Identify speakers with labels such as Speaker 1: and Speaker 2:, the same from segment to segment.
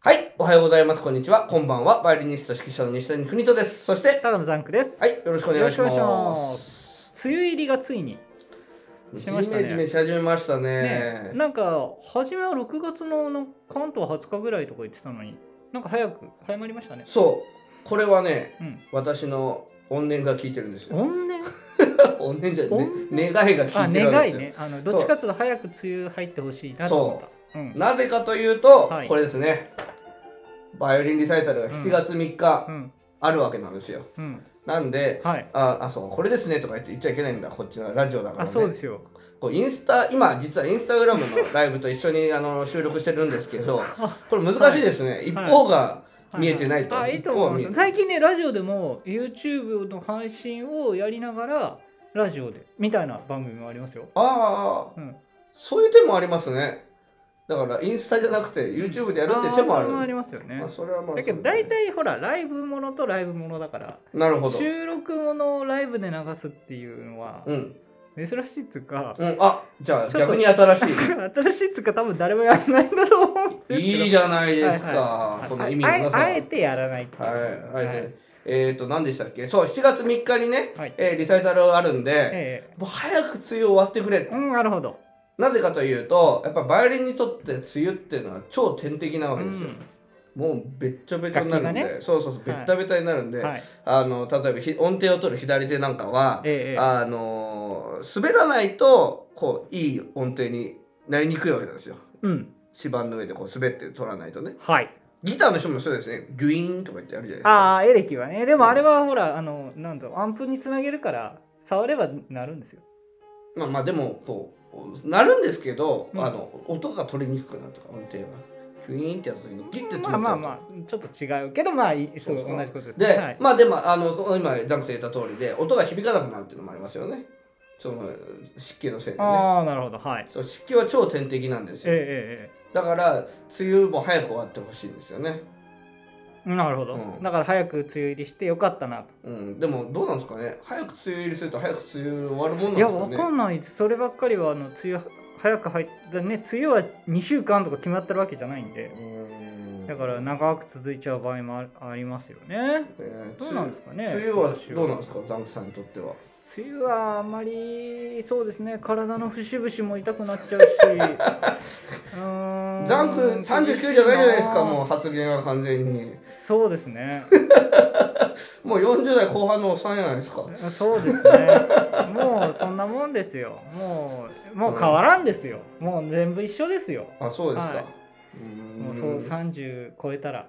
Speaker 1: はい、おはようございます。こんにちは。こんばんは。バイオリニスト指揮者の西谷邦人です。そして、
Speaker 2: ただのザンクです、
Speaker 1: はい、よろしくお願いし
Speaker 2: よろしくお願いし
Speaker 1: ま。
Speaker 2: ます梅雨入りがついに、
Speaker 1: ジ
Speaker 2: しました
Speaker 1: メ
Speaker 2: ね
Speaker 1: ジメし始めました
Speaker 2: ね
Speaker 1: ね。
Speaker 2: なんか初めは6月のなんか関東20日ぐらいとか言ってたのになんか早く早まりましたね
Speaker 1: そう、これはね、
Speaker 2: うん
Speaker 1: 私の怨念が効いてるんですよ。
Speaker 2: 怨念
Speaker 1: 怨念じゃな
Speaker 2: 怨
Speaker 1: い、ね、願いが効
Speaker 2: あ
Speaker 1: いてるわ
Speaker 2: 願
Speaker 1: け
Speaker 2: い
Speaker 1: ですよ。
Speaker 2: ねあのどっちかっていうと早く梅雨入ってほしいなと思ったう、ん
Speaker 1: なぜかというと、
Speaker 2: はい
Speaker 1: これですね。バイオリンリサイタルが7月3
Speaker 2: う
Speaker 1: 日
Speaker 2: ん
Speaker 1: あるわけなんですよ。
Speaker 2: うん、
Speaker 1: なんで、
Speaker 2: はい
Speaker 1: ああそうこれですねとか言って言っちゃいけないんだこっちのラジオだか
Speaker 2: あ
Speaker 1: ら
Speaker 2: そう
Speaker 1: ね
Speaker 2: ですよ
Speaker 1: こうインスタ今実はインスタグラムのライブと一緒にあの収録してるんですけど
Speaker 2: あ
Speaker 1: これ難しいですね、一方が見えてないと、
Speaker 2: あいいと
Speaker 1: 一方は
Speaker 2: 思
Speaker 1: 見
Speaker 2: い
Speaker 1: えて
Speaker 2: ます
Speaker 1: ない
Speaker 2: 最近ねラジオでも YouTube の配信をやりながらラジオでみたいな番組もありますよ、
Speaker 1: ああ
Speaker 2: うん、
Speaker 1: そういう手もありますねだからインスタじゃなくて YouTube でやるって手もあ
Speaker 2: ーそ
Speaker 1: る
Speaker 2: れもあり
Speaker 1: ま
Speaker 2: ますよね
Speaker 1: あ、それはまあ
Speaker 2: だけど
Speaker 1: そうね
Speaker 2: 大体ほらライブものとライブものだから
Speaker 1: なるほど
Speaker 2: 収録ものをライブで流すっていうのは
Speaker 1: うん、
Speaker 2: 珍しいっつうか、
Speaker 1: うん、あじゃあ
Speaker 2: ちょっと
Speaker 1: 逆に新し
Speaker 2: 新 しいっつうか多分誰もやらないんだと思うんですけど
Speaker 1: いいいじゃないですか、
Speaker 2: はいはい
Speaker 1: この意味のなさ
Speaker 2: ああえてやらないっていう
Speaker 1: はい、はい、えっ、ー、と何でしたっけそう7月3日にね、
Speaker 2: はい
Speaker 1: えーリサイタルあるんで、
Speaker 2: え
Speaker 1: もう早く梅雨終わってくれ、
Speaker 2: えうんなるほど
Speaker 1: なぜかというとやっぱバイオリンにとって梅雨っていうのは超天敵なわけですよ、もうべっちょべちょになるんで、
Speaker 2: 楽器が
Speaker 1: そうそうそうべ
Speaker 2: はい
Speaker 1: ったべたになるん
Speaker 2: う
Speaker 1: で、
Speaker 2: んはい
Speaker 1: あの例えばひ音程を取る左手なんかは、
Speaker 2: ええ
Speaker 1: あのー滑らないとこういい音程になりにくいわけなんですよ
Speaker 2: うん
Speaker 1: 指板の上でこう滑って取らないとね
Speaker 2: はい
Speaker 1: ギターの人もそうですねギュイーンとか言ってやるじゃないですか
Speaker 2: ああエレキはねでもあれはほらあのなんだろうアンプにつなげるから触ればなるんですよ
Speaker 1: まあまあでもこうなるんですけど、
Speaker 2: うん
Speaker 1: あの音が取りにくくなるとか音程がギュイーンってやった時にギッて取っちゃうと、
Speaker 2: まあまあまあちょっと違うけどまあいいそう
Speaker 1: そうそう
Speaker 2: 同じことですね
Speaker 1: で、
Speaker 2: はい
Speaker 1: まあでもあのその今ダンクさん言った通りで音が響かなくなるっていうのもありますよねその湿気のせいでね
Speaker 2: ああなるほどはい
Speaker 1: そう湿気は超天敵なんですよ、
Speaker 2: え
Speaker 1: だから梅雨も早く終わってほしいんですよね、
Speaker 2: えええなるほど、
Speaker 1: うん
Speaker 2: だから早く梅雨入りしてよかったなと、
Speaker 1: うん、でもどうなんですかね早く梅雨入りすると早く梅雨終わるもん
Speaker 2: いや
Speaker 1: な
Speaker 2: わ
Speaker 1: んです
Speaker 2: か
Speaker 1: かね
Speaker 2: んないですそればっかりはあの梅雨早く入ったね梅雨は2週間とか決まってるわけじゃないんで
Speaker 1: うん
Speaker 2: だから長く続いちゃう場合もあありますよね
Speaker 1: えー
Speaker 2: どうなんですかね
Speaker 1: 梅雨はどうなんですかザンクさんにとっては
Speaker 2: 梅雨はあまりそうですね体の節々も痛くなっちゃうし うーん
Speaker 1: ザンク39じゃないじゃないですかもう発言が完全に
Speaker 2: そうですね
Speaker 1: もう40代後半のおっさんじゃないですか
Speaker 2: そうですね。もうそんなもんですよ。もうもう変わらんですよ。もう全部一緒ですよ。
Speaker 1: あそうですか、
Speaker 2: はいう
Speaker 1: ーん
Speaker 2: もうそう三十超えたら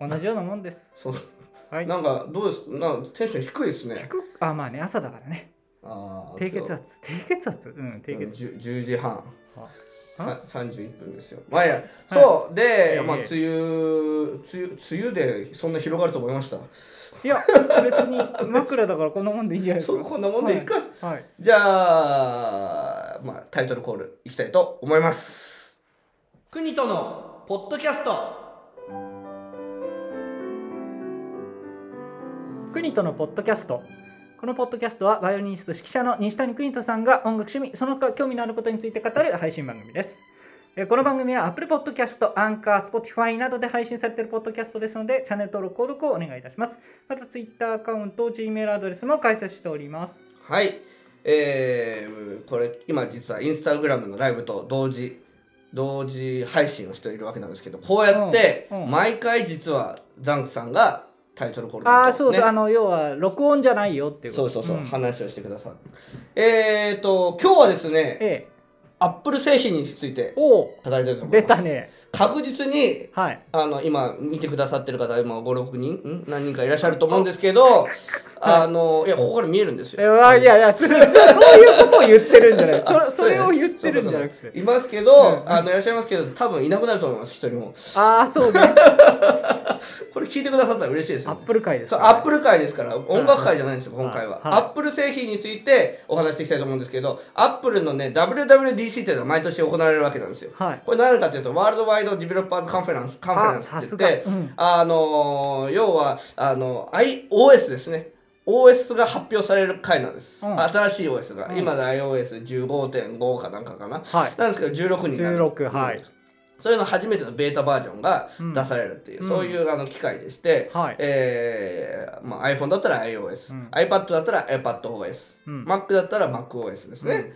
Speaker 2: 同じようなもんです。
Speaker 1: そう
Speaker 2: はい。
Speaker 1: なんかどうですなんかテンション低いですね。
Speaker 2: 低くあまあね朝だからね。
Speaker 1: あー
Speaker 2: 低血。圧低血圧うん低
Speaker 1: 今日
Speaker 2: 血
Speaker 1: うん
Speaker 2: 圧。
Speaker 1: 10 10時半
Speaker 2: あ
Speaker 1: さ31分ですよ。まあいいや、そうで、
Speaker 2: ええ
Speaker 1: まあ、梅雨梅雨梅雨でそんな広がると思いました。
Speaker 2: いや別に枕だからこんなもんでいいんじゃないです
Speaker 1: そう
Speaker 2: か。
Speaker 1: こんなもんでいいか、
Speaker 2: はい。
Speaker 1: じゃあ、まあ、タイトルコールいきたいと思います。国とのポッドキャスト
Speaker 2: クニトのポッドキャストこのポッドキャストはバイオリニスト指揮者の西谷邦人さんが音楽趣味その他興味のあることについて語る配信番組ですえーこの番組は Apple Podcast、Anchor、Spotify などで配信されているポッドキャストですのでチャンネル登録・購読をお願いいたしますまた Twitter アカウント、Gmail アドレスも開設しております
Speaker 1: はい。えー、これ今実はインスタグラムのライブと同時同時配信をしているわけなんですけどこうやって
Speaker 2: うんうん
Speaker 1: 毎回実はザンクさんがタイトルコール
Speaker 2: ああ
Speaker 1: と
Speaker 2: そうそう、あ
Speaker 1: ね
Speaker 2: の要は録音じゃないよっていうこ
Speaker 1: そう
Speaker 2: と
Speaker 1: そうそう、
Speaker 2: ん
Speaker 1: 話をしてくださいえっ、ー、と今日はですね
Speaker 2: ええ
Speaker 1: アップル製品について
Speaker 2: おお
Speaker 1: 語りたいと思い
Speaker 2: 出
Speaker 1: ます
Speaker 2: たね
Speaker 1: 確実に
Speaker 2: はい
Speaker 1: あの今見てくださってる方今56人ん何人かいらっしゃると思うんですけどあのいやここから見えるんですよ
Speaker 2: えわいやいやつそういうことを言ってるんじゃないそそれを言ってるんじゃなくて
Speaker 1: いますけど、
Speaker 2: うん
Speaker 1: あのいらっしゃいますけど多分いなくなると思います一人も
Speaker 2: ああそうね
Speaker 1: これ聞いてくださったら嬉しいです
Speaker 2: ア
Speaker 1: よ
Speaker 2: ッ
Speaker 1: ね
Speaker 2: プル会です
Speaker 1: そう
Speaker 2: ね、
Speaker 1: アップル界ですから音楽界じゃないんですよ、
Speaker 2: はい
Speaker 1: 今回は、
Speaker 2: はい
Speaker 1: アップル製品についてお話していきたいと思うんですけどアップルのね WWDC っていうのは毎年行われるわけなんですよ
Speaker 2: はい
Speaker 1: これ何かというとワールドワイドディベロッパーズカンフェランスカンフェランスって言って
Speaker 2: さすがうん
Speaker 1: あのー要はあの iOS ですね OS が発表される回なんです、
Speaker 2: うん
Speaker 1: 新しい OS が、
Speaker 2: うん
Speaker 1: 今の iOS15.5 かなんかかな、
Speaker 2: はい
Speaker 1: なんですけど16になる
Speaker 2: 16はい
Speaker 1: それの初めてのベータバージョンが
Speaker 2: うん
Speaker 1: 出されるっていう、
Speaker 2: うん
Speaker 1: そういうあの機械でして、
Speaker 2: はい
Speaker 1: えーまあ、iPhone だったら iOS、
Speaker 2: うん
Speaker 1: iPad だったら iPadOS、
Speaker 2: うん
Speaker 1: Mac だったら MacOS ですね、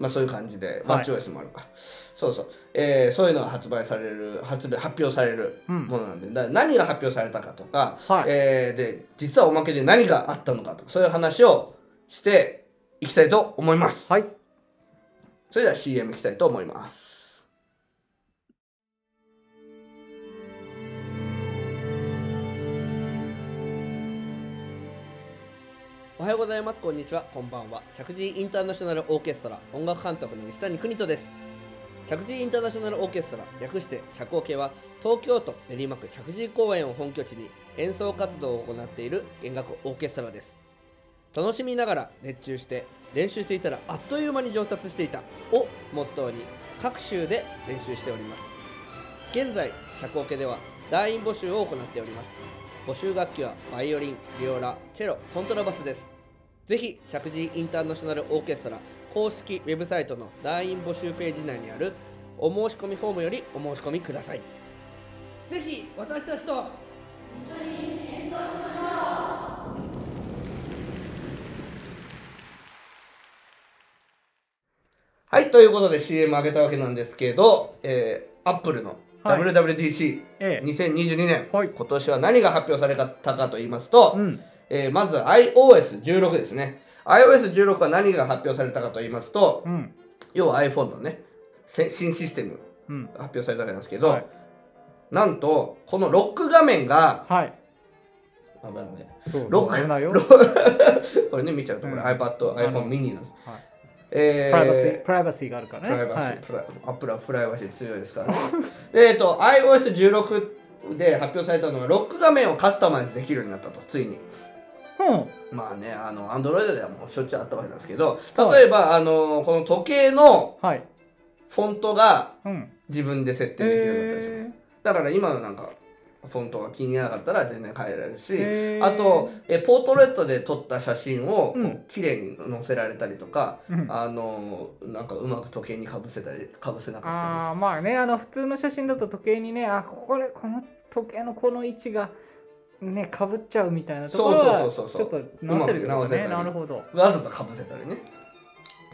Speaker 1: まあそういう感じで、
Speaker 2: はい
Speaker 1: WatchOS もあるかそうそう、えーそういうのが発売される発売発表される
Speaker 2: うん
Speaker 1: ものなんで、だ何が発表されたかとか、
Speaker 2: はい
Speaker 1: えーで実はおまけで何があったのかとかそういう話をしていきたいと思います、
Speaker 2: はい
Speaker 1: それでは CM いきたいと思いますおはようございますこんにちはこんばんは石神井インターナショナルオーケストラ音楽監督の西谷邦人です石神井インターナショナルオーケストラ略して社交系は東京都練馬区石神井公園を本拠地に演奏活動を行っている弦楽オーケストラです楽しみながら熱中して練習していたらあっという間に上達していたをモットーに各州で練習しております現在社交系では団員募集を行っております募集楽器はバイオリンビオラチェロコントラバスですぜひ石神井インターナショナルオーケストラ公式ウェブサイトの団員募集ページ内にあるお申し込みフォームよりお申し込みくださいぜひ私たちとはい、ということで CM 上げたわけなんですけど、えー、アップルの
Speaker 2: はい
Speaker 1: WWDC2022
Speaker 2: ええ
Speaker 1: 年、
Speaker 2: はい
Speaker 1: 今年は何が発表されたかと言いますと、
Speaker 2: うん
Speaker 1: えーまず iOS16 ですね。iOS16 は何が発表されたかと言いますと、
Speaker 2: うん
Speaker 1: 要は iPhone のね、せ新システム
Speaker 2: うん
Speaker 1: 発表されたわけなんですけど、
Speaker 2: はい
Speaker 1: なんと、このロック画面が、
Speaker 2: はい
Speaker 1: あ危ない危ない
Speaker 2: そう
Speaker 1: ロック
Speaker 2: 危ないよ
Speaker 1: ロッこれね、見ちゃうと、これ
Speaker 2: うん
Speaker 1: iPad、
Speaker 2: あ
Speaker 1: iPhone
Speaker 2: の
Speaker 1: mini なんです。
Speaker 2: はい
Speaker 1: え
Speaker 2: プライバシープライバシーがあるからね
Speaker 1: プライバシー、
Speaker 2: はい
Speaker 1: プライアップルはプライバシー強いですからね でえっと iOS16 で発表されたのがロック画面をカスタマイズできるようになったとついに
Speaker 2: うん
Speaker 1: まあねあの Android ではもうしょっちゅうあったわけなんですけど
Speaker 2: はい
Speaker 1: 例えば、あのこの時計の
Speaker 2: はい
Speaker 1: フォントが
Speaker 2: うん
Speaker 1: 自分で設定できるようになったりします、
Speaker 2: え
Speaker 1: だから今のなんかフォントが気にならなかったら全然変えられるし、
Speaker 2: へー
Speaker 1: あとえポートレートで撮った写真をこう
Speaker 2: うん
Speaker 1: 綺麗に載せられたりとか、
Speaker 2: ーうん
Speaker 1: あのなんかうまく時計にかぶせたりかぶせなかったり
Speaker 2: あーまあねあの普通の写真だと時計にねあこれこの時計のこの位置がねかぶっちゃうみたいなところは
Speaker 1: そうそうそうそう
Speaker 2: ちょっと直せるんです
Speaker 1: うま
Speaker 2: よ
Speaker 1: く直せた
Speaker 2: ね
Speaker 1: り
Speaker 2: なるほど
Speaker 1: わざとかぶせたりね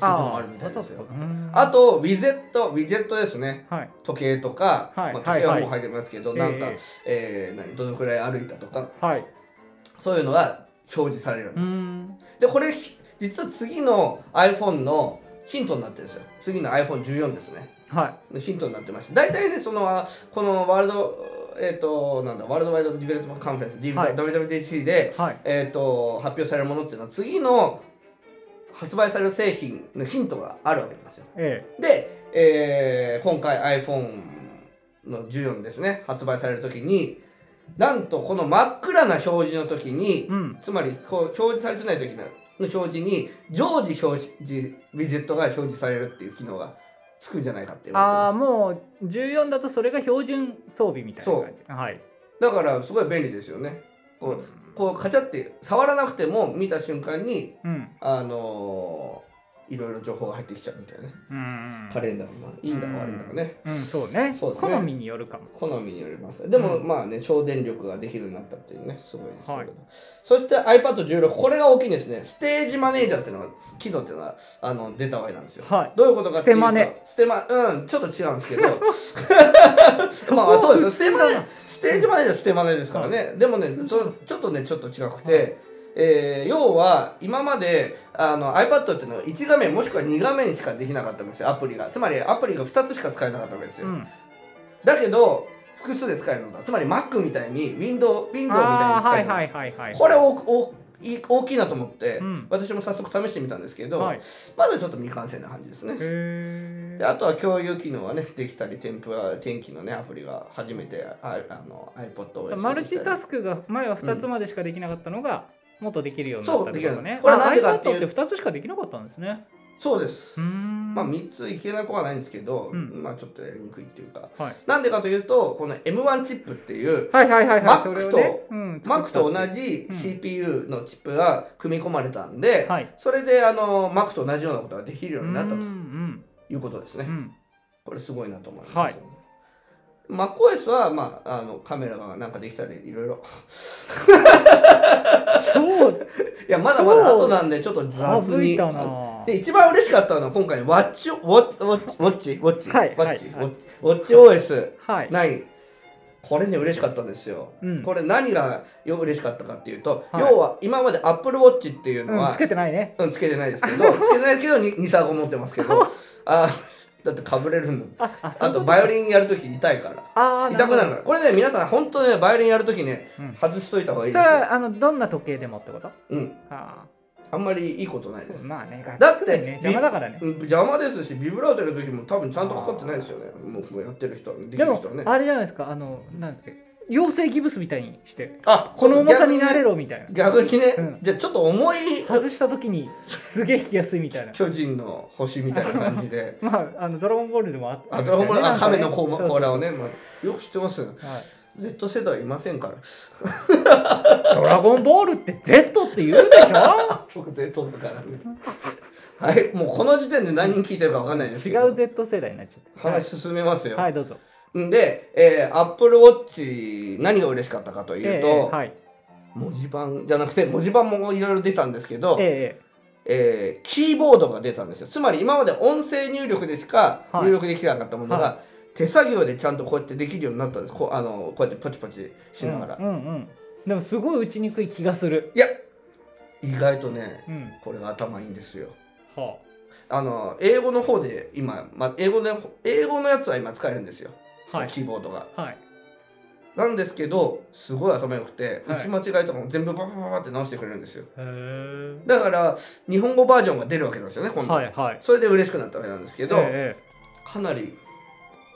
Speaker 1: そういうこともあるみたいですよ
Speaker 2: あ
Speaker 1: あとウィゼットウィジェットですね
Speaker 2: はい
Speaker 1: 時計とか、
Speaker 2: はい
Speaker 1: まあ、時計はもう
Speaker 2: は
Speaker 1: 入ってますけど、
Speaker 2: はい
Speaker 1: なんか、
Speaker 2: え
Speaker 1: えー何どのくらい歩いたとか
Speaker 2: はい
Speaker 1: そういうのが表示される、
Speaker 2: うーん
Speaker 1: でこれひ実は次の iPhone のヒントになってるんですよ次の iPhone14 ですね
Speaker 2: は
Speaker 1: ヒントになってまして大体ねそのあこのワールドえっ、となんだワールドワイドディベロップメントカンフェレンス、
Speaker 2: はい
Speaker 1: WWDC で、
Speaker 2: いはい
Speaker 1: えー、と発表されるものっていうのは次の発売される製品のヒントがあるわけなんですよ。
Speaker 2: え
Speaker 1: で、えー今回 iPhone の14ですね発売される時になんとこの真っ暗な表示の時
Speaker 2: え
Speaker 1: に
Speaker 2: うん
Speaker 1: つまりこう表示されてない時の表示に常時表示ウィジェットが表示されるっていう機能がつくんじゃないかって言われて
Speaker 2: ああ
Speaker 1: ます。
Speaker 2: もう14だとそれが標準装備みたいな感じはい
Speaker 1: だからすごい便利ですよね。こうこうカチャって触らなくても見た瞬間に
Speaker 2: うん
Speaker 1: あのーいろいろ情報が入ってきちゃうみたいなね、
Speaker 2: うん
Speaker 1: カレンダーもいいんだか悪いんだかね、
Speaker 2: うんそうね
Speaker 1: そうですね
Speaker 2: 好みによるかも
Speaker 1: 好みによりますでも、
Speaker 2: うん
Speaker 1: まあね省電力ができるようになったっていうねすごいですけど、
Speaker 2: はい
Speaker 1: そして iPad16 これが大きいんですねステージマネージャーっていうのが機能っていうのがあの出たわけなんですよ
Speaker 2: はい
Speaker 1: どういうことかっていうと
Speaker 2: ステマネ
Speaker 1: ステマうんちょっと違うんです けどまあそうですよステマネステージマネージャーステマネですからね、でもねちょちょっとねちょっと違くて、
Speaker 2: はい
Speaker 1: えー要は今まであの iPad っていうのは1画面もしくは2画面しかできなかったんですよアプリがつまりアプリが2つしか使えなかったわけですよ、
Speaker 2: うん
Speaker 1: だけど複数で使えるのだつまり Mac みたいに Windows, Windows みたいに
Speaker 2: ああ
Speaker 1: 使え
Speaker 2: はい
Speaker 1: るのだ、
Speaker 2: はいはいはい
Speaker 1: これ大大いい大きいなと思って、
Speaker 2: うん
Speaker 1: 私も早速試してみたんですけど、
Speaker 2: はい
Speaker 1: まだちょっと未完成な感じですね、
Speaker 2: へ
Speaker 1: であとは共有機能はねできたり添付は天気のねアプリが初めてああの iPodOS
Speaker 2: え
Speaker 1: が
Speaker 2: マルチタ
Speaker 1: でき
Speaker 2: スクが前は2つまでしかできなかったのが、もっとできるようになったっ
Speaker 1: そ
Speaker 2: てことね
Speaker 1: うできるようになったこれはなんでかっていう
Speaker 2: あ iPad って2つしかできなかったんですね
Speaker 1: たりそうです、
Speaker 2: うーん
Speaker 1: まあ3ついけなくはないんですけど、
Speaker 2: うん
Speaker 1: まあちょっとやりにくいっていうか
Speaker 2: はい、
Speaker 1: なんでかというとこの M1 チップっていう
Speaker 2: はいはいはいはい
Speaker 1: Mac
Speaker 2: それを
Speaker 1: と
Speaker 2: ねうん作った
Speaker 1: Mac
Speaker 2: って
Speaker 1: と同じ
Speaker 2: うん
Speaker 1: CPU のチップが組み込まれたんで、
Speaker 2: はい
Speaker 1: それであの Mac と同じようなことができるようになった
Speaker 2: う
Speaker 1: と
Speaker 2: ん
Speaker 1: いうことです
Speaker 2: うん
Speaker 1: ね
Speaker 2: う。ん
Speaker 1: これすごいなと思います。
Speaker 2: はい
Speaker 1: MacOS は、まあ、あの、カメラがなんかできたり、いろいろ。
Speaker 2: そう
Speaker 1: いや、まだまだ後なんで、ちょっと雑
Speaker 2: 省い
Speaker 1: に。
Speaker 2: たな
Speaker 1: あので、一番嬉しかったのは、今回の Watch、Watch、Watch、Watch、
Speaker 2: はいはい
Speaker 1: Watch、Watch、WatchOS
Speaker 2: はい
Speaker 1: 9。これね、嬉しかったんですよ。
Speaker 2: うん
Speaker 1: これ何がよ嬉しかったかっていうと、
Speaker 2: はい
Speaker 1: 要は、今まで Apple Watch っていうの
Speaker 2: う
Speaker 1: は、
Speaker 2: ん、つけてないね
Speaker 1: うん、つけてないですけ ど、つけてないけど、に2、3個持ってますけど、あーだってかぶれるの。
Speaker 2: ああ
Speaker 1: あと、バイオ
Speaker 2: ン
Speaker 1: リンやるとき痛いから。
Speaker 2: あー
Speaker 1: 痛くなる
Speaker 2: ほ
Speaker 1: から。これね、皆さん、本当ね、バイオリンやるときね、
Speaker 2: どうん
Speaker 1: 外しといた方がいい
Speaker 2: それ
Speaker 1: ですよ。
Speaker 2: はあのどんな時計でもってこと
Speaker 1: うん。
Speaker 2: あ
Speaker 1: あんまりいいことない
Speaker 2: ー
Speaker 1: で
Speaker 2: そう
Speaker 1: す。
Speaker 2: まあね
Speaker 1: だって
Speaker 2: 楽器ね邪魔だからね
Speaker 1: うん邪魔ですし、ビブラートやるときも多分ちゃんとかかってないですよね。もうもうやってる人は、でき
Speaker 2: で
Speaker 1: る
Speaker 2: も
Speaker 1: 人はね。
Speaker 2: あれじゃないですかあのなんですか妖精ギブスみたいにして
Speaker 1: あ、
Speaker 2: この重さになれ
Speaker 1: る。
Speaker 2: ろみたいな
Speaker 1: 逆にね
Speaker 2: うん、
Speaker 1: じゃあちょっと重い
Speaker 2: 外した時にすげえ引きやすいみたいな
Speaker 1: 巨人の星みたいな感じで。
Speaker 2: まああのドラゴンボールでもあっ
Speaker 1: あ、ドラゴンボールあ亀の 甲
Speaker 2: 甲
Speaker 1: 甲羅をね、まあ、よく知ってます。
Speaker 2: はい
Speaker 1: Z 世代いませんから。
Speaker 2: ドラゴンボールって Z って言うでしょ
Speaker 1: 僕 Z だからね。はい、もうこの時点で何人聞いてるかわかんないですけど。
Speaker 2: 違う Z 世代になっちゃった
Speaker 1: 話進めますよ。
Speaker 2: はい、はい、どうぞ
Speaker 1: んで、えー、Apple Watch 何が嬉しかったかと
Speaker 2: え
Speaker 1: いう
Speaker 2: えええ
Speaker 1: と、
Speaker 2: はい
Speaker 1: 文字盤じゃなくて文字盤もいろいろ出たんですけど、え
Speaker 2: え
Speaker 1: ーキーボードが出たんですよつまり今まで音声入力でしか
Speaker 2: はい
Speaker 1: 入力できなかったものが、
Speaker 2: は
Speaker 1: 手作業でちゃんとこうやってできるようになったんですこうあのこうやってポチポチ
Speaker 2: え
Speaker 1: しながら、
Speaker 2: うんうんうんでもすごい打ちにくい気がする
Speaker 1: いや意外とね
Speaker 2: うん
Speaker 1: これが頭いいんですよ
Speaker 2: は
Speaker 1: あの英語の方で今、ま、英語の英語のやつは今使えるんですよ、
Speaker 2: あはい
Speaker 1: そのキーボードが
Speaker 2: はい
Speaker 1: なんですけどすごい頭良くて、
Speaker 2: はい
Speaker 1: 打ち間違いとかも全部ババババって直してくれるんですよ
Speaker 2: へえ
Speaker 1: だから日本語バージョンが出るわけなんですよね今度、
Speaker 2: はいはい
Speaker 1: それで嬉しくなったわけなんですけど、
Speaker 2: え
Speaker 1: かなり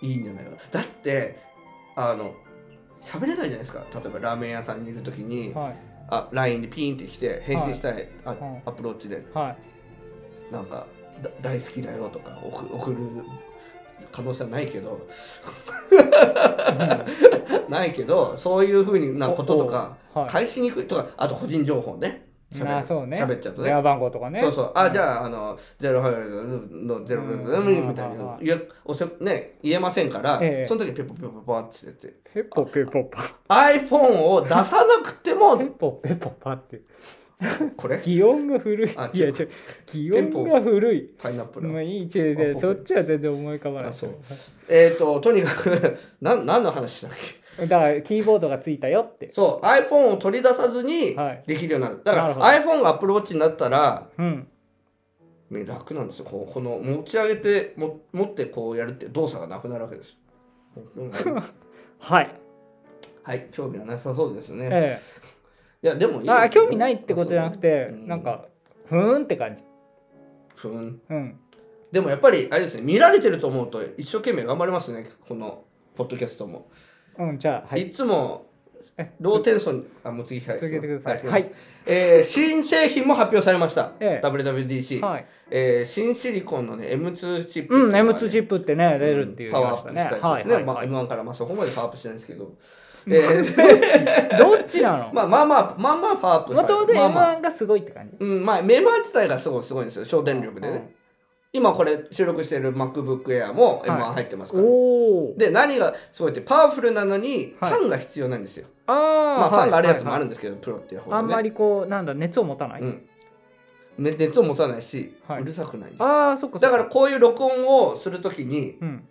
Speaker 1: いいんじゃないかなだってあの喋れないじゃないですか例えばラーメン屋さんにいる時
Speaker 2: ええ
Speaker 1: に
Speaker 2: えはい
Speaker 1: あ LINE でピーンって来て返信したい、あ
Speaker 2: はい
Speaker 1: アプローチで
Speaker 2: はい
Speaker 1: なんかだ大好きだよとか送送る可能性はないけどないけどそういうふう なこととか
Speaker 2: おおはい
Speaker 1: 返しにくいとかあと個人情報ね喋る
Speaker 2: まあそうね
Speaker 1: 喋っちゃうとね
Speaker 2: 電話番号とかね
Speaker 1: そうそう、あ、じ
Speaker 2: ゃ
Speaker 1: ゃあ、あの、ゼロハイのゼロ
Speaker 2: うん
Speaker 1: ゼロみたい
Speaker 2: うん
Speaker 1: な、いや、おせ、ね、言えませんから、
Speaker 2: ええ
Speaker 1: その時、ペポペポパって言って。
Speaker 2: ペポペポパ
Speaker 1: iPhone を出さなくて
Speaker 2: ペ
Speaker 1: も、
Speaker 2: ポペポパって
Speaker 1: これ
Speaker 2: 擬音が古い
Speaker 1: あ
Speaker 2: いや
Speaker 1: 違う
Speaker 2: ちょ擬音が古い
Speaker 1: パイナップル
Speaker 2: ま。あいいチェ
Speaker 1: あ
Speaker 2: で
Speaker 1: ポペ
Speaker 2: そっちは全然思い浮かばない
Speaker 1: あそうえっと、とにかくなん、何の話だっけ
Speaker 2: だからキーボードがついたよって
Speaker 1: そう、iPhone を取り出さずに
Speaker 2: はい、
Speaker 1: できるようになる。だか
Speaker 2: な
Speaker 1: ら、
Speaker 2: るほど
Speaker 1: iPhone が Apple Watch になったら、
Speaker 2: うん
Speaker 1: ね楽なんですよ。こうこの、持ち上げて、も持ってこうやるって動作がなくなるわけ です。うん
Speaker 2: はい
Speaker 1: はい、興味はなさそうですね。
Speaker 2: え
Speaker 1: いやでもいい
Speaker 2: え
Speaker 1: ですよ
Speaker 2: あ興味ないってことじゃなくて
Speaker 1: うん
Speaker 2: なんかふーんって感じ
Speaker 1: ふーん
Speaker 2: うん
Speaker 1: でもやっぱりあれですね見られてると思うと一生懸命頑張りますねこのポッドキャストも、、
Speaker 2: うんじゃあはいい
Speaker 1: つも
Speaker 2: え
Speaker 1: ローテンションあもう次はい
Speaker 2: 続けてください
Speaker 1: は
Speaker 2: はい
Speaker 1: えー新製品も発表されました、
Speaker 2: ええ
Speaker 1: WWDC、
Speaker 2: はい
Speaker 1: えー新シリコンのね M2 チップ
Speaker 2: うん
Speaker 1: っていうのがね
Speaker 2: M2 チップってね出るっていう
Speaker 1: パワーアップしたやつですね、
Speaker 2: はいはいはい
Speaker 1: まあ、M1 からまあそこまでパワーアップしてないんですけど、えー
Speaker 2: どっちなの
Speaker 1: まあまあまあまあまあパワーアップ
Speaker 2: もともと
Speaker 1: まあまあ
Speaker 2: M1 がすごいって感じ
Speaker 1: うん、まあ、メーバー自体がすごいすごいんですよ、省電力で
Speaker 2: う
Speaker 1: ね
Speaker 2: ん。
Speaker 1: 今これ収録している MacBook Air も
Speaker 2: はい
Speaker 1: M1 入ってますから。
Speaker 2: おお
Speaker 1: で、何がすごいって、パワフルなのにフ
Speaker 2: はい
Speaker 1: ァンが必要なんですよ。
Speaker 2: あ
Speaker 1: ま
Speaker 2: あ
Speaker 1: あ、ファンがあるやつもある
Speaker 2: ん
Speaker 1: んですけど、プロっていう方
Speaker 2: あんま
Speaker 1: り、
Speaker 2: りこうなんだ熱を持たない
Speaker 1: うん。ね熱を持たないし、
Speaker 2: はいう
Speaker 1: るさくないんです。
Speaker 2: ああそっかそっ
Speaker 1: だからこういう録音をするときに、
Speaker 2: うん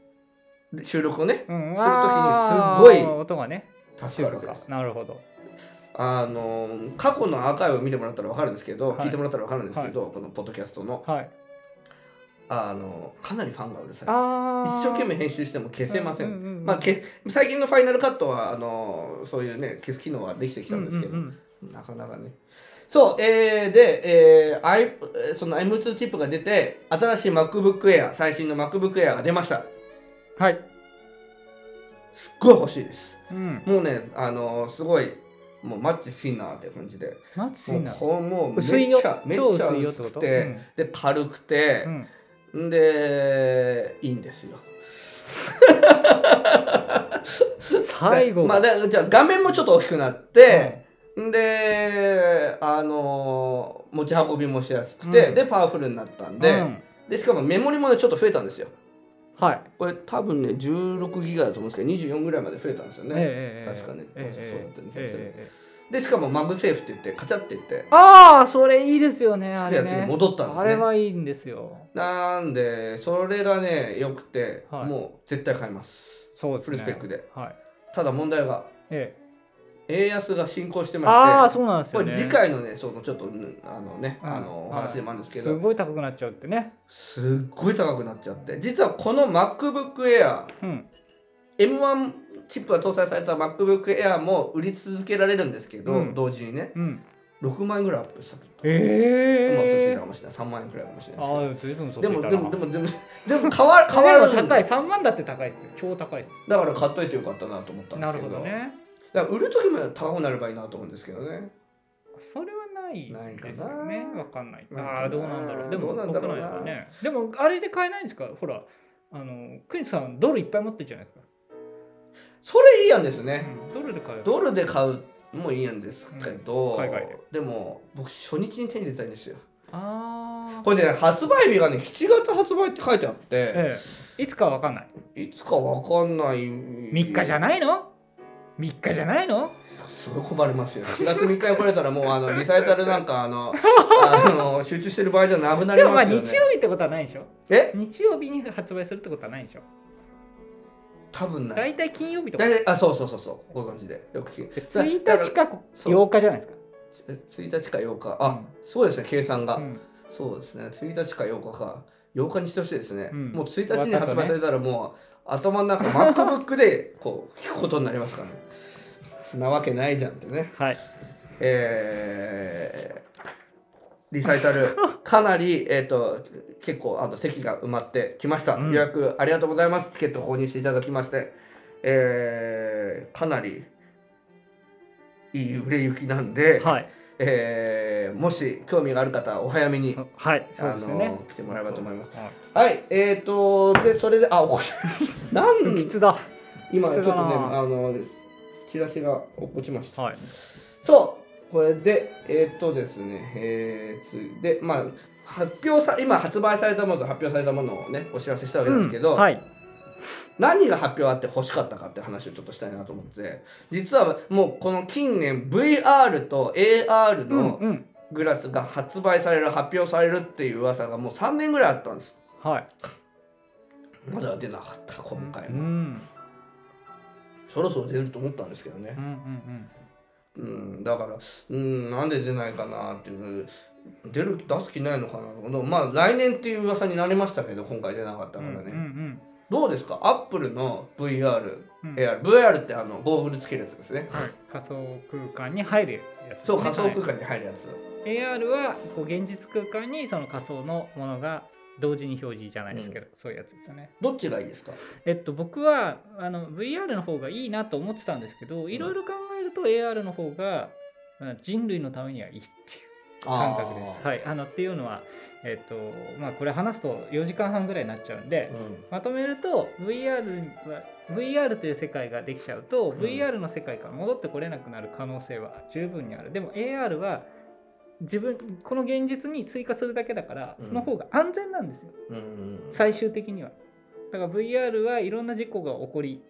Speaker 1: 収録をね、
Speaker 2: うん
Speaker 1: する時に
Speaker 2: あ
Speaker 1: す
Speaker 2: ー
Speaker 1: ごい
Speaker 2: 音がね
Speaker 1: 助かるわけです。
Speaker 2: なるほど
Speaker 1: あのー、過去のアーカイブを見てもらったら分かるんですけど、
Speaker 2: はい
Speaker 1: 聞いてもらったら分かるんですけど、このポッドキャストの、
Speaker 2: はい
Speaker 1: あのー、かなりファンがうるさいです。
Speaker 2: あー
Speaker 1: 一生懸命編集しても消せません。
Speaker 2: うううう
Speaker 1: まあ、け最近のファイナルカットはあのそういうね消す機能はできてきたんですけど、
Speaker 2: ううん
Speaker 1: なかなかねそう、えーで、えー、I えーその M2 チップが出て新しい MacBook Air 最新の MacBook Air が出ました
Speaker 2: うんはい、
Speaker 1: すっごい欲しいです
Speaker 2: うん、
Speaker 1: もうねあのすごいもうマッチしんなって感じで
Speaker 2: マジ
Speaker 1: もう
Speaker 2: な
Speaker 1: こうもうめっ
Speaker 2: 薄いよ
Speaker 1: ちゃめっ
Speaker 2: 超
Speaker 1: ちゃ
Speaker 2: 薄いよって
Speaker 1: 薄
Speaker 2: こ
Speaker 1: く
Speaker 2: と
Speaker 1: て、で軽くて
Speaker 2: う、ん
Speaker 1: んでいいんですよ
Speaker 2: うん最後
Speaker 1: だまあ、
Speaker 2: だ
Speaker 1: だじゃあ画面もちょっと大きくなって、であのー持ち運びもしやすくて、
Speaker 2: うん
Speaker 1: でパワフルになったんで,、でしかもメモリもねちょっと増えたんですよ
Speaker 2: はい。
Speaker 1: これ多分ね16ギガだと思うんですけど24ぐらいまで増えたんですよね、
Speaker 2: ええ
Speaker 1: 確かね
Speaker 2: ええ
Speaker 1: 確かそうだったような気がする
Speaker 2: ええええ
Speaker 1: でしかもマグセーフって言ってカチャって言って
Speaker 2: ああ、それいいですよね。
Speaker 1: 好き
Speaker 2: あ
Speaker 1: な
Speaker 2: れ
Speaker 1: やつに
Speaker 2: ね。
Speaker 1: 戻ったんで
Speaker 2: あ
Speaker 1: す
Speaker 2: れ
Speaker 1: ね
Speaker 2: はいいんですよ。
Speaker 1: なんでそれがねよくて、
Speaker 2: はい
Speaker 1: もう絶対買います
Speaker 2: そうですね。
Speaker 1: フルスペックで。
Speaker 2: はい。
Speaker 1: ただ問題が
Speaker 2: え
Speaker 1: 円安が進行して
Speaker 2: え。あ
Speaker 1: ま
Speaker 2: あ、
Speaker 1: して
Speaker 2: そうなんです
Speaker 1: こ
Speaker 2: よね。
Speaker 1: れ次回のねそのちょっとうんあのね、
Speaker 2: うん
Speaker 1: あのお
Speaker 2: はい
Speaker 1: 話でもあるんですけ
Speaker 2: す
Speaker 1: ど、
Speaker 2: ごい高くなっちゃうってね。
Speaker 1: すっごい高くなっちゃって実はこの MacBookAirM1
Speaker 2: うん。
Speaker 1: チップが搭載された MacBookAir も売り続けられるんですけど、
Speaker 2: うん
Speaker 1: 同時にね
Speaker 2: うん。
Speaker 1: 6万円ぐらいアップしたとまあ嘘つい
Speaker 2: ええ
Speaker 1: たかもしれない3万円くらいかもしれない
Speaker 2: ああ、
Speaker 1: で
Speaker 2: でも随分
Speaker 1: す
Speaker 2: そ
Speaker 1: け
Speaker 2: う
Speaker 1: どでも
Speaker 2: ついた
Speaker 1: で
Speaker 2: な。
Speaker 1: もでもでもでも変わる変わ
Speaker 2: でも
Speaker 1: る
Speaker 2: 高い。三万だって高いですよ。超高いです
Speaker 1: だから買っといてよかったなと思った
Speaker 2: よ。
Speaker 1: んで
Speaker 2: な
Speaker 1: す
Speaker 2: る
Speaker 1: けど
Speaker 2: ほどね。
Speaker 1: だから売る時も高くなればいいなと思うんですけどね
Speaker 2: それはない
Speaker 1: ないかな
Speaker 2: ですよね。わかんない。
Speaker 1: ないかな
Speaker 2: ああー、どうなんだろう。でも、
Speaker 1: どうなんだろうな
Speaker 2: わかんいですよね。でも、あれで買えないんですかほら、あの、クニさん、ドルいっぱい持ってるじゃないですか。
Speaker 1: それいいやんですね、
Speaker 2: うん、ドルで買える。
Speaker 1: ドルで買うのもいいやんですけど、
Speaker 2: うん海外で
Speaker 1: も僕初日に手に入れたいんですよ
Speaker 2: ああ。
Speaker 1: これね発売日がね7月発売って書いてあって、
Speaker 2: ええ、いつかわかんない。
Speaker 1: いつかわかんない
Speaker 2: 3日じゃ
Speaker 1: い
Speaker 2: ないの ?3 日じゃないの
Speaker 1: すごい困りますよ4月3日に来れたらもうあの リサイタルなんかあの あの集中してる場合じゃなくなり
Speaker 2: でもま
Speaker 1: ま
Speaker 2: あ
Speaker 1: す
Speaker 2: 日
Speaker 1: よ
Speaker 2: 曜
Speaker 1: ね
Speaker 2: 日ってことはないでしょ
Speaker 1: え
Speaker 2: 日曜日に発売するってことはないでしょ
Speaker 1: 多分ない
Speaker 2: 大体金曜日とか
Speaker 1: 大体あそうそうそうそうご存知でよく聞く
Speaker 2: 1
Speaker 1: だから
Speaker 2: 日か
Speaker 1: そう
Speaker 2: 8日じゃないですか。
Speaker 1: え1日か8日あ、
Speaker 2: うん
Speaker 1: そうですね計算が、
Speaker 2: うん
Speaker 1: そうですね1日か8日か8日にしてほしいですね、
Speaker 2: うん
Speaker 1: もう1日に発売されたらもう頭の中 MacBook でこう聞くことになりますからねなわけないじゃんってね
Speaker 2: はい。
Speaker 1: えーリサイタ ルかなりえっ、と結構あの席が埋まってきました、
Speaker 2: うん
Speaker 1: 予約ありがとうございますチケット購入していただきましてえーかなりいい売れ行きなんで、
Speaker 2: はい。
Speaker 1: えーもし興味がある方はお早めに、
Speaker 2: そはい。そう
Speaker 1: あ
Speaker 2: ですよね
Speaker 1: の。来てもらえばと思います。
Speaker 2: はい
Speaker 1: はい、えーとでそれであお なん
Speaker 2: 不吉だ。
Speaker 1: 今ちょっとね
Speaker 2: 不吉だな
Speaker 1: あのチラシが落ちました。
Speaker 2: はい。
Speaker 1: そうこれでえっ、とですねえー、つでまあ発表さ今発売されたものと発表されたものをねお知らせしたわけなんですけど、
Speaker 2: うんはい。
Speaker 1: 何が発表あって欲しかったかって話をちょっとしたいなと思って実はもうこの近年 VR と AR
Speaker 2: うん
Speaker 1: の
Speaker 2: うん。
Speaker 1: グラスが発売される発表されるっていう噂がもう3年ぐらいあったんです
Speaker 2: はい。
Speaker 1: まだ出なかった今回
Speaker 2: うんう
Speaker 1: も、
Speaker 2: ん
Speaker 1: そろそろ出ると思ったんですけどね
Speaker 2: うんうん
Speaker 1: うん、だから、うん、なんで出ないかなっていう、出る、出す気ないのかなでもまあ、来年っていう噂になりましたけど、今回出なかったか
Speaker 2: うん。
Speaker 1: らね。
Speaker 2: うんうん
Speaker 1: どうですか、アップルの VR、
Speaker 2: うん。
Speaker 1: AR、VR ってあのゴーグルつけるやつですね。
Speaker 2: はい仮想空間に入るやつですね。
Speaker 1: そう、仮想
Speaker 2: はい
Speaker 1: 空間に入るやつ。
Speaker 2: AR はこう現実空間にその仮想のものが同時に表示じゃないですけど、そういうやつですよね。
Speaker 1: どっちがいいですか
Speaker 2: えっと僕はあの VR の方がいいなと思ってたんですけど、いろいろ考えると AR の方がまあ人類のためにはいいっていう感覚です。
Speaker 1: あ
Speaker 2: はい、あのっていうのは、えっとまあ、これ話すと4時間半ぐらいになっちゃうんで、
Speaker 1: ーうん
Speaker 2: まとめると VR は VR という世界ができちゃう
Speaker 1: ん
Speaker 2: と、VR の世界から戻ってこれなくなる可能性は十分にあるでも AR は自分この現実に追加するだけだから
Speaker 1: うん
Speaker 2: その方が安全なんですよ、
Speaker 1: うん
Speaker 2: 最終的にはだから VR はいろんな事故が起こり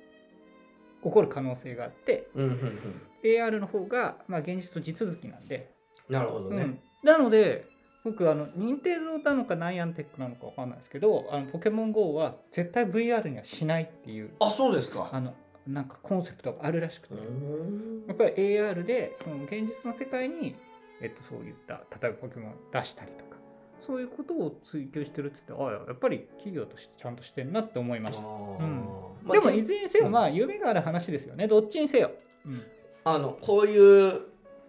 Speaker 2: 起こる可能性があって
Speaker 1: うんうんうん、
Speaker 2: AR の方が、まあ、現実と地続きなんで、
Speaker 1: なるほど
Speaker 2: う
Speaker 1: ね。
Speaker 2: ん、なので僕あの任天堂なのかナイアンテックなのかわかんないですけどあのポケモン GO は絶対 VR にはしないっていう
Speaker 1: あ、そうですか。
Speaker 2: あのなんかコンセプトがあるらしくて、
Speaker 1: うー
Speaker 2: や
Speaker 1: ん
Speaker 2: っぱり AR でその現実の世界に、えっと、そういった例えばポケモンを出したりとかそういうことを追求してるっつってああやっぱり企業としてちゃんとしてんなって思い
Speaker 1: あ
Speaker 2: ました、
Speaker 1: ー
Speaker 2: うん
Speaker 1: まあ
Speaker 2: でもいずれにせよ、
Speaker 1: うん
Speaker 2: まあ夢がある話ですよねどっちにせよ、うん
Speaker 1: あのこういう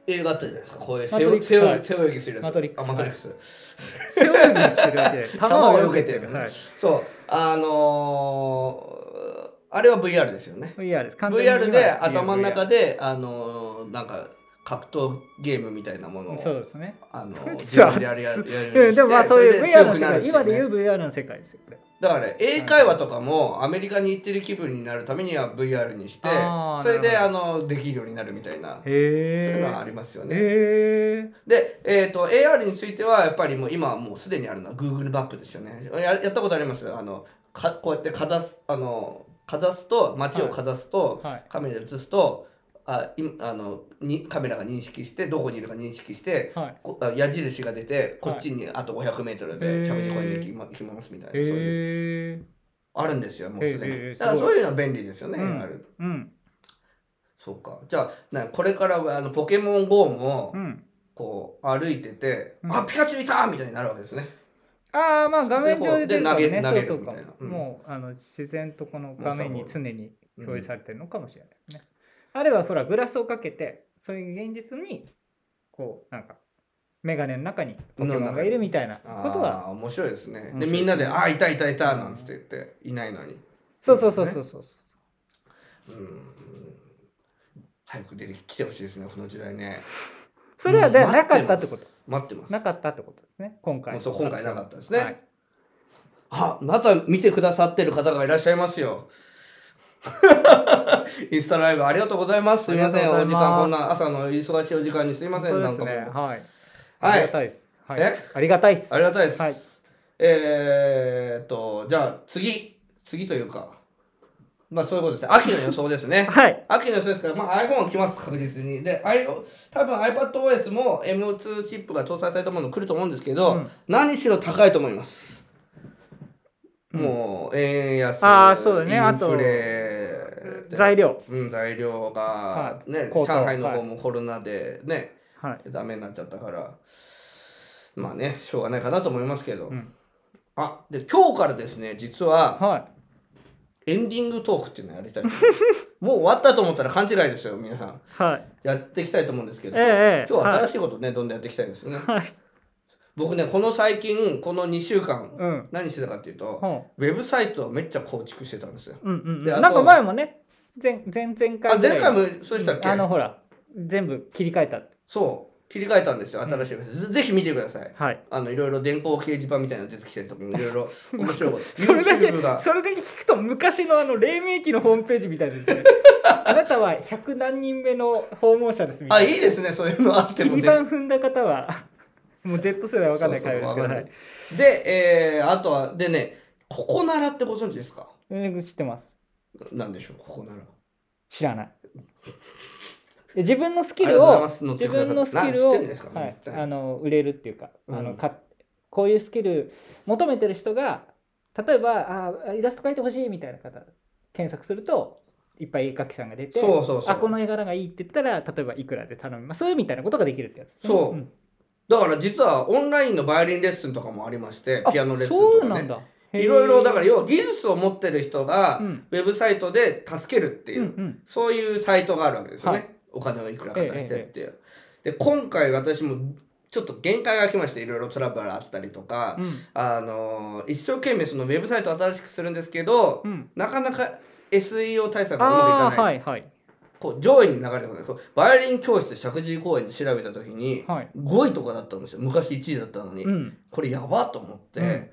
Speaker 1: 映画あったじゃないですかこういう背
Speaker 2: マトリ
Speaker 1: 泳
Speaker 2: ッ
Speaker 1: ぎ
Speaker 2: ク
Speaker 1: 背
Speaker 2: スは
Speaker 1: 泳ぎ背
Speaker 2: い
Speaker 1: 泳ぎするやつ
Speaker 2: マトリックス
Speaker 1: あマトリックス、
Speaker 2: 背泳ぎしてる わけで
Speaker 1: を
Speaker 2: 球
Speaker 1: 避けてる
Speaker 2: はい、
Speaker 1: そうあのーあれは VR ですよね
Speaker 2: VR です完全に
Speaker 1: VR
Speaker 2: 今
Speaker 1: で
Speaker 2: やってる
Speaker 1: 頭の
Speaker 2: VR
Speaker 1: 中であのーなんか格闘ゲームみたいなもの
Speaker 2: そう
Speaker 1: を
Speaker 2: ですね、
Speaker 1: あの
Speaker 2: そう
Speaker 1: ー自分でやるややるよう
Speaker 2: う
Speaker 1: に
Speaker 2: ん、でもま
Speaker 1: し
Speaker 2: あ
Speaker 1: て
Speaker 2: そういう VR の世
Speaker 1: る
Speaker 2: 界、
Speaker 1: ってい
Speaker 2: 今で
Speaker 1: ね
Speaker 2: 言う VR の世界ですよこれ
Speaker 1: だから英会話とかもアメリカに行ってる気分になるためには VR にして
Speaker 2: あー
Speaker 1: それで
Speaker 2: な
Speaker 1: あのできるようになるみたいなそう
Speaker 2: へえ
Speaker 1: いうのはありますよね。
Speaker 2: へえ
Speaker 1: で、えー、と AR についてはやっぱりもう今はもうすでにあるのは Google マップですよねややったことありますあのかこうやってかざすあのかざすと街をかざすと、
Speaker 2: はい
Speaker 1: カメラで映すとあいあのにカメラが認識してどこにいるか認識して
Speaker 2: はい
Speaker 1: こあ矢印が出てこっちにあと 500m
Speaker 2: へ
Speaker 1: で
Speaker 2: ー
Speaker 1: 着地公園に行きま行きますみたいなそういう
Speaker 2: へえ
Speaker 1: あるんですよもうすで
Speaker 2: へーへ
Speaker 1: に
Speaker 2: ー
Speaker 1: だから
Speaker 2: すご
Speaker 1: そ
Speaker 2: いう
Speaker 1: いうのは便利ですよね、
Speaker 2: うん
Speaker 1: ある
Speaker 2: うん
Speaker 1: そうかじゃあなこれからはあのポケモン GO も
Speaker 2: うん
Speaker 1: こう歩いてて、
Speaker 2: うん
Speaker 1: あピカチュウいたみたいになるわけですね
Speaker 2: ああまあ画面上で出るからね
Speaker 1: で投
Speaker 2: そ
Speaker 1: げ
Speaker 2: うそ
Speaker 1: 投げ
Speaker 2: う
Speaker 1: るみ
Speaker 2: か
Speaker 1: たいなうん
Speaker 2: もうあの自然とこの画面に常に表示されてるのかもしれないですね、あれはほらグラスをかけてそういう現実にこうなんか眼鏡の中にポケモンがいるみたいなこと
Speaker 1: ああ
Speaker 2: は
Speaker 1: ー面白いですね
Speaker 2: 面白い
Speaker 1: で
Speaker 2: ですね
Speaker 1: みんなで「あいたいたいた」なんつって言っていないのに
Speaker 2: そうそうそうそうそう
Speaker 1: うん早く出てきてほしいですねこの時代ね
Speaker 2: それはだか
Speaker 1: うん
Speaker 2: らなかったってこと
Speaker 1: 待ってます
Speaker 2: なかったってことですね今回
Speaker 1: もうそう今回なかったですね
Speaker 2: はい
Speaker 1: あまた見てくださってる方がいらっしゃいますよ インスタライブありがとうございますすいません
Speaker 2: あ
Speaker 1: お
Speaker 2: り
Speaker 1: 時
Speaker 2: がとうございま
Speaker 1: 間
Speaker 2: す
Speaker 1: こんな朝の忙しいお時間にすいません
Speaker 2: 本
Speaker 1: な
Speaker 2: 当
Speaker 1: ん
Speaker 2: です
Speaker 1: かもう
Speaker 2: ねはい
Speaker 1: は
Speaker 2: あ
Speaker 1: い
Speaker 2: りがたいですはい
Speaker 1: え
Speaker 2: ありがたいです
Speaker 1: ありがたいです、
Speaker 2: はい
Speaker 1: えーっとじゃあ次次というかまあそういうことですね秋の予想です ね
Speaker 2: はい
Speaker 1: 秋の予想ですから、まあ、iPhone 来ます、確実に。で、I、多分 iPadOS も M2 チップが搭載されたもの来ると思うんですけど、
Speaker 2: うん
Speaker 1: 何しろ高いと思います。
Speaker 2: うん
Speaker 1: もう、円安、
Speaker 2: あーそうだね
Speaker 1: イ
Speaker 2: あ
Speaker 1: ン
Speaker 2: と
Speaker 1: フレ、
Speaker 2: 材
Speaker 1: 料、
Speaker 2: 料
Speaker 1: うん、材料が
Speaker 2: は、い
Speaker 1: ね、
Speaker 2: 高騰
Speaker 1: 上海の方もコロナでね、
Speaker 2: はい
Speaker 1: ダメになっちゃったから、まあね、しょうがないかなと思いますけど。
Speaker 2: うん
Speaker 1: あ、で、今日からですね、実は、
Speaker 2: は
Speaker 1: エンディングトークっていうのをやりたいと思います もう終わったと思ったら勘違いですよ、皆さん。
Speaker 2: いはい
Speaker 1: やっていきたいと思うんですけど、
Speaker 2: ええええ
Speaker 1: 今日は新しいことね、どんどんやっていきたいですね。
Speaker 2: はい
Speaker 1: 僕ね、この最近、この2週間、
Speaker 2: うん
Speaker 1: 何してたかっていうと、
Speaker 2: ほ
Speaker 1: ウ
Speaker 2: う
Speaker 1: ェブサイトをめっちゃ構築してたんですよ。
Speaker 2: うんうんうん、
Speaker 1: であ
Speaker 2: な
Speaker 1: と
Speaker 2: んか前もね前前前
Speaker 1: あ
Speaker 2: 回ぐら
Speaker 1: 前
Speaker 2: い
Speaker 1: 回もそうでしたっけ、
Speaker 2: うんあのほら全部切り替えた
Speaker 1: そう、切り替えたんですよ、新しいウェブサイト。ぜぜひ見てください。
Speaker 2: はい
Speaker 1: あのいろいろ電光掲示板みたいなの出てきてるとかいろいろ面白いこと
Speaker 2: それだけ
Speaker 1: YouTube が
Speaker 2: それだけ聞くと昔のあの黎明期のホームページみたいですねあなたは100何人目の訪問者ですみた
Speaker 1: あ
Speaker 2: いない
Speaker 1: いですねそういうのあって
Speaker 2: 切
Speaker 1: も
Speaker 2: り
Speaker 1: ね
Speaker 2: 板踏んだ方は もう Z 世代わかんない
Speaker 1: そう
Speaker 2: 会
Speaker 1: そ
Speaker 2: 話
Speaker 1: うわ
Speaker 2: で
Speaker 1: かん
Speaker 2: すけど
Speaker 1: な
Speaker 2: はい
Speaker 1: いで、えー、あとはでねここならってご存知ですか
Speaker 2: うん知ってます
Speaker 1: なんでしょうここなら
Speaker 2: 知らない自分のスキ
Speaker 1: あり
Speaker 2: ル
Speaker 1: がとうござい
Speaker 2: を
Speaker 1: ます乗って
Speaker 2: 自
Speaker 1: くださって
Speaker 2: 分のスキル
Speaker 1: な知っ
Speaker 2: を、
Speaker 1: てるんですから
Speaker 2: は
Speaker 1: ね
Speaker 2: い、あの売れるっていうか、あ
Speaker 1: うん
Speaker 2: のかこういうスキル求めてる人が例えばあイラスト描いてほしいみたいな方検索するといっぱい絵描きさんが出て
Speaker 1: そうそうそう
Speaker 2: あこの絵柄がいいって言ったら例えばいくらで頼みますみたいなことができるってやつですね
Speaker 1: そうんだから実はオンラインのバイオリンレッスンとかもありまして
Speaker 2: あ
Speaker 1: ピアノレッス
Speaker 2: そ
Speaker 1: ン
Speaker 2: う
Speaker 1: と
Speaker 2: な
Speaker 1: か
Speaker 2: ん
Speaker 1: ね
Speaker 2: だへー
Speaker 1: いろいろだから要は技術を持ってる人が
Speaker 2: うん
Speaker 1: ウェブサイトで助けるっていう、
Speaker 2: うんうん
Speaker 1: そういうサイトがあるわけですよね、
Speaker 2: はい
Speaker 1: お金をいくらか出してっていう、で今回私もちょっと限界が来ましていろいろトラブルあったりとか、
Speaker 2: う
Speaker 1: あの一生懸命そのウェブサイトを新しくするんですけど、
Speaker 2: んうん
Speaker 1: なかなか SEO 対策がうまくい
Speaker 2: あ
Speaker 1: か
Speaker 2: あ
Speaker 1: ない、
Speaker 2: はいはい
Speaker 1: こう上位に流れてこないこうバイオリン教室石神井公園で調べた時に、
Speaker 2: はい
Speaker 1: 5位とかだったんですよ昔1位だったのに、
Speaker 2: うん
Speaker 1: これやばと思って、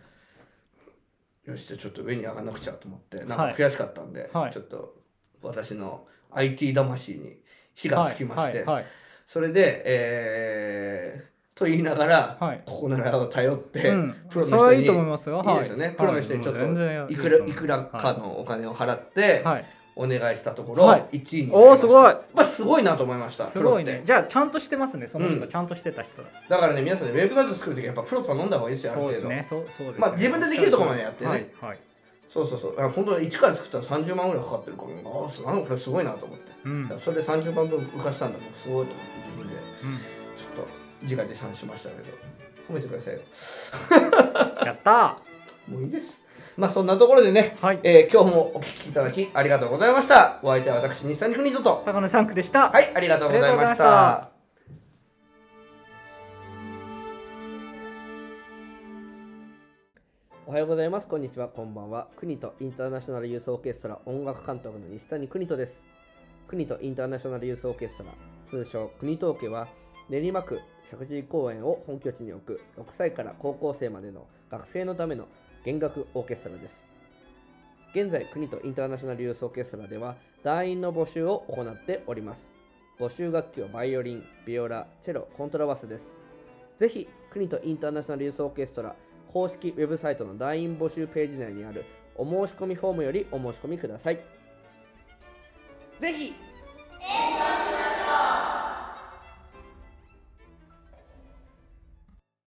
Speaker 1: よしじゃあちょっと上に上がんなくちゃと思ってなん
Speaker 2: は
Speaker 1: か
Speaker 2: い
Speaker 1: 悔しかったんで、
Speaker 2: はい
Speaker 1: ちょっと私の IT 魂に火がつきまして、
Speaker 2: はい
Speaker 1: それでえー、と言いながら、
Speaker 2: はい
Speaker 1: ここならを頼って、
Speaker 2: うん
Speaker 1: プロの人に
Speaker 2: それはいいと思いますよはい
Speaker 1: いですよね、プロの人にちょっ
Speaker 2: はいもう全然
Speaker 1: とい
Speaker 2: いい
Speaker 1: く
Speaker 2: と
Speaker 1: ら
Speaker 2: 思う
Speaker 1: いくらかのお金を払って
Speaker 2: はい
Speaker 1: お願いしたところ、
Speaker 2: はい
Speaker 1: 1位になりました
Speaker 2: おーすごい
Speaker 1: まあ、すごいなと思いました
Speaker 2: す
Speaker 1: プロ
Speaker 2: ご
Speaker 1: っ
Speaker 2: い
Speaker 1: て、
Speaker 2: ねじゃあちゃんとしてますねその
Speaker 1: う
Speaker 2: 人
Speaker 1: ん
Speaker 2: ちゃんとしてた人だ
Speaker 1: だからね皆さんねウェブサイト作るときはやっぱプロ頼んだ方がいいですよある
Speaker 2: そう
Speaker 1: 程
Speaker 2: で
Speaker 1: 度
Speaker 2: すね。そうそうですね
Speaker 1: まあ自分でできるところまでやってね
Speaker 2: はいはい。
Speaker 1: そうそうそうあ本当に1から作ったら30万ぐらいかかってるからなんかああすなんかこれすごいなと思って、
Speaker 2: うん。
Speaker 1: それで30万分浮かしたんだからすごいと思って自分で
Speaker 2: うん
Speaker 1: ちょっと自画自賛しましたけど褒めてくださいよ
Speaker 2: やった
Speaker 1: もういいですまあそんなところでね、
Speaker 2: ー。はい。
Speaker 1: えー今日もお聞きいただきありがとうございましたお相手は私西谷邦人と
Speaker 2: 高野サンクでした。
Speaker 1: はいありがとうございま
Speaker 2: あ
Speaker 1: し
Speaker 2: りがとうございま
Speaker 1: たおはようございます。こんにちは。こんばんは。国とインターナショナルユースオーケストラ音楽監督の西谷邦人です。国とインターナショナルユースオーケストラ、通称国東家は、練馬区石神井公園を本拠地に置く6歳から高校生までの学生のための弦楽オーケストラです。現在、国とインターナショナルユースオーケストラでは、団員の募集を行っております。募集楽器はバイオリン、ビオラ、チェロ、コントラバスです。ぜひ、国とインターナショナルユースオーケストラ公式ウェブサイトの団員募集ページ内にあるお申し込みフォームよりお申し込みくださいぜひ
Speaker 3: 演奏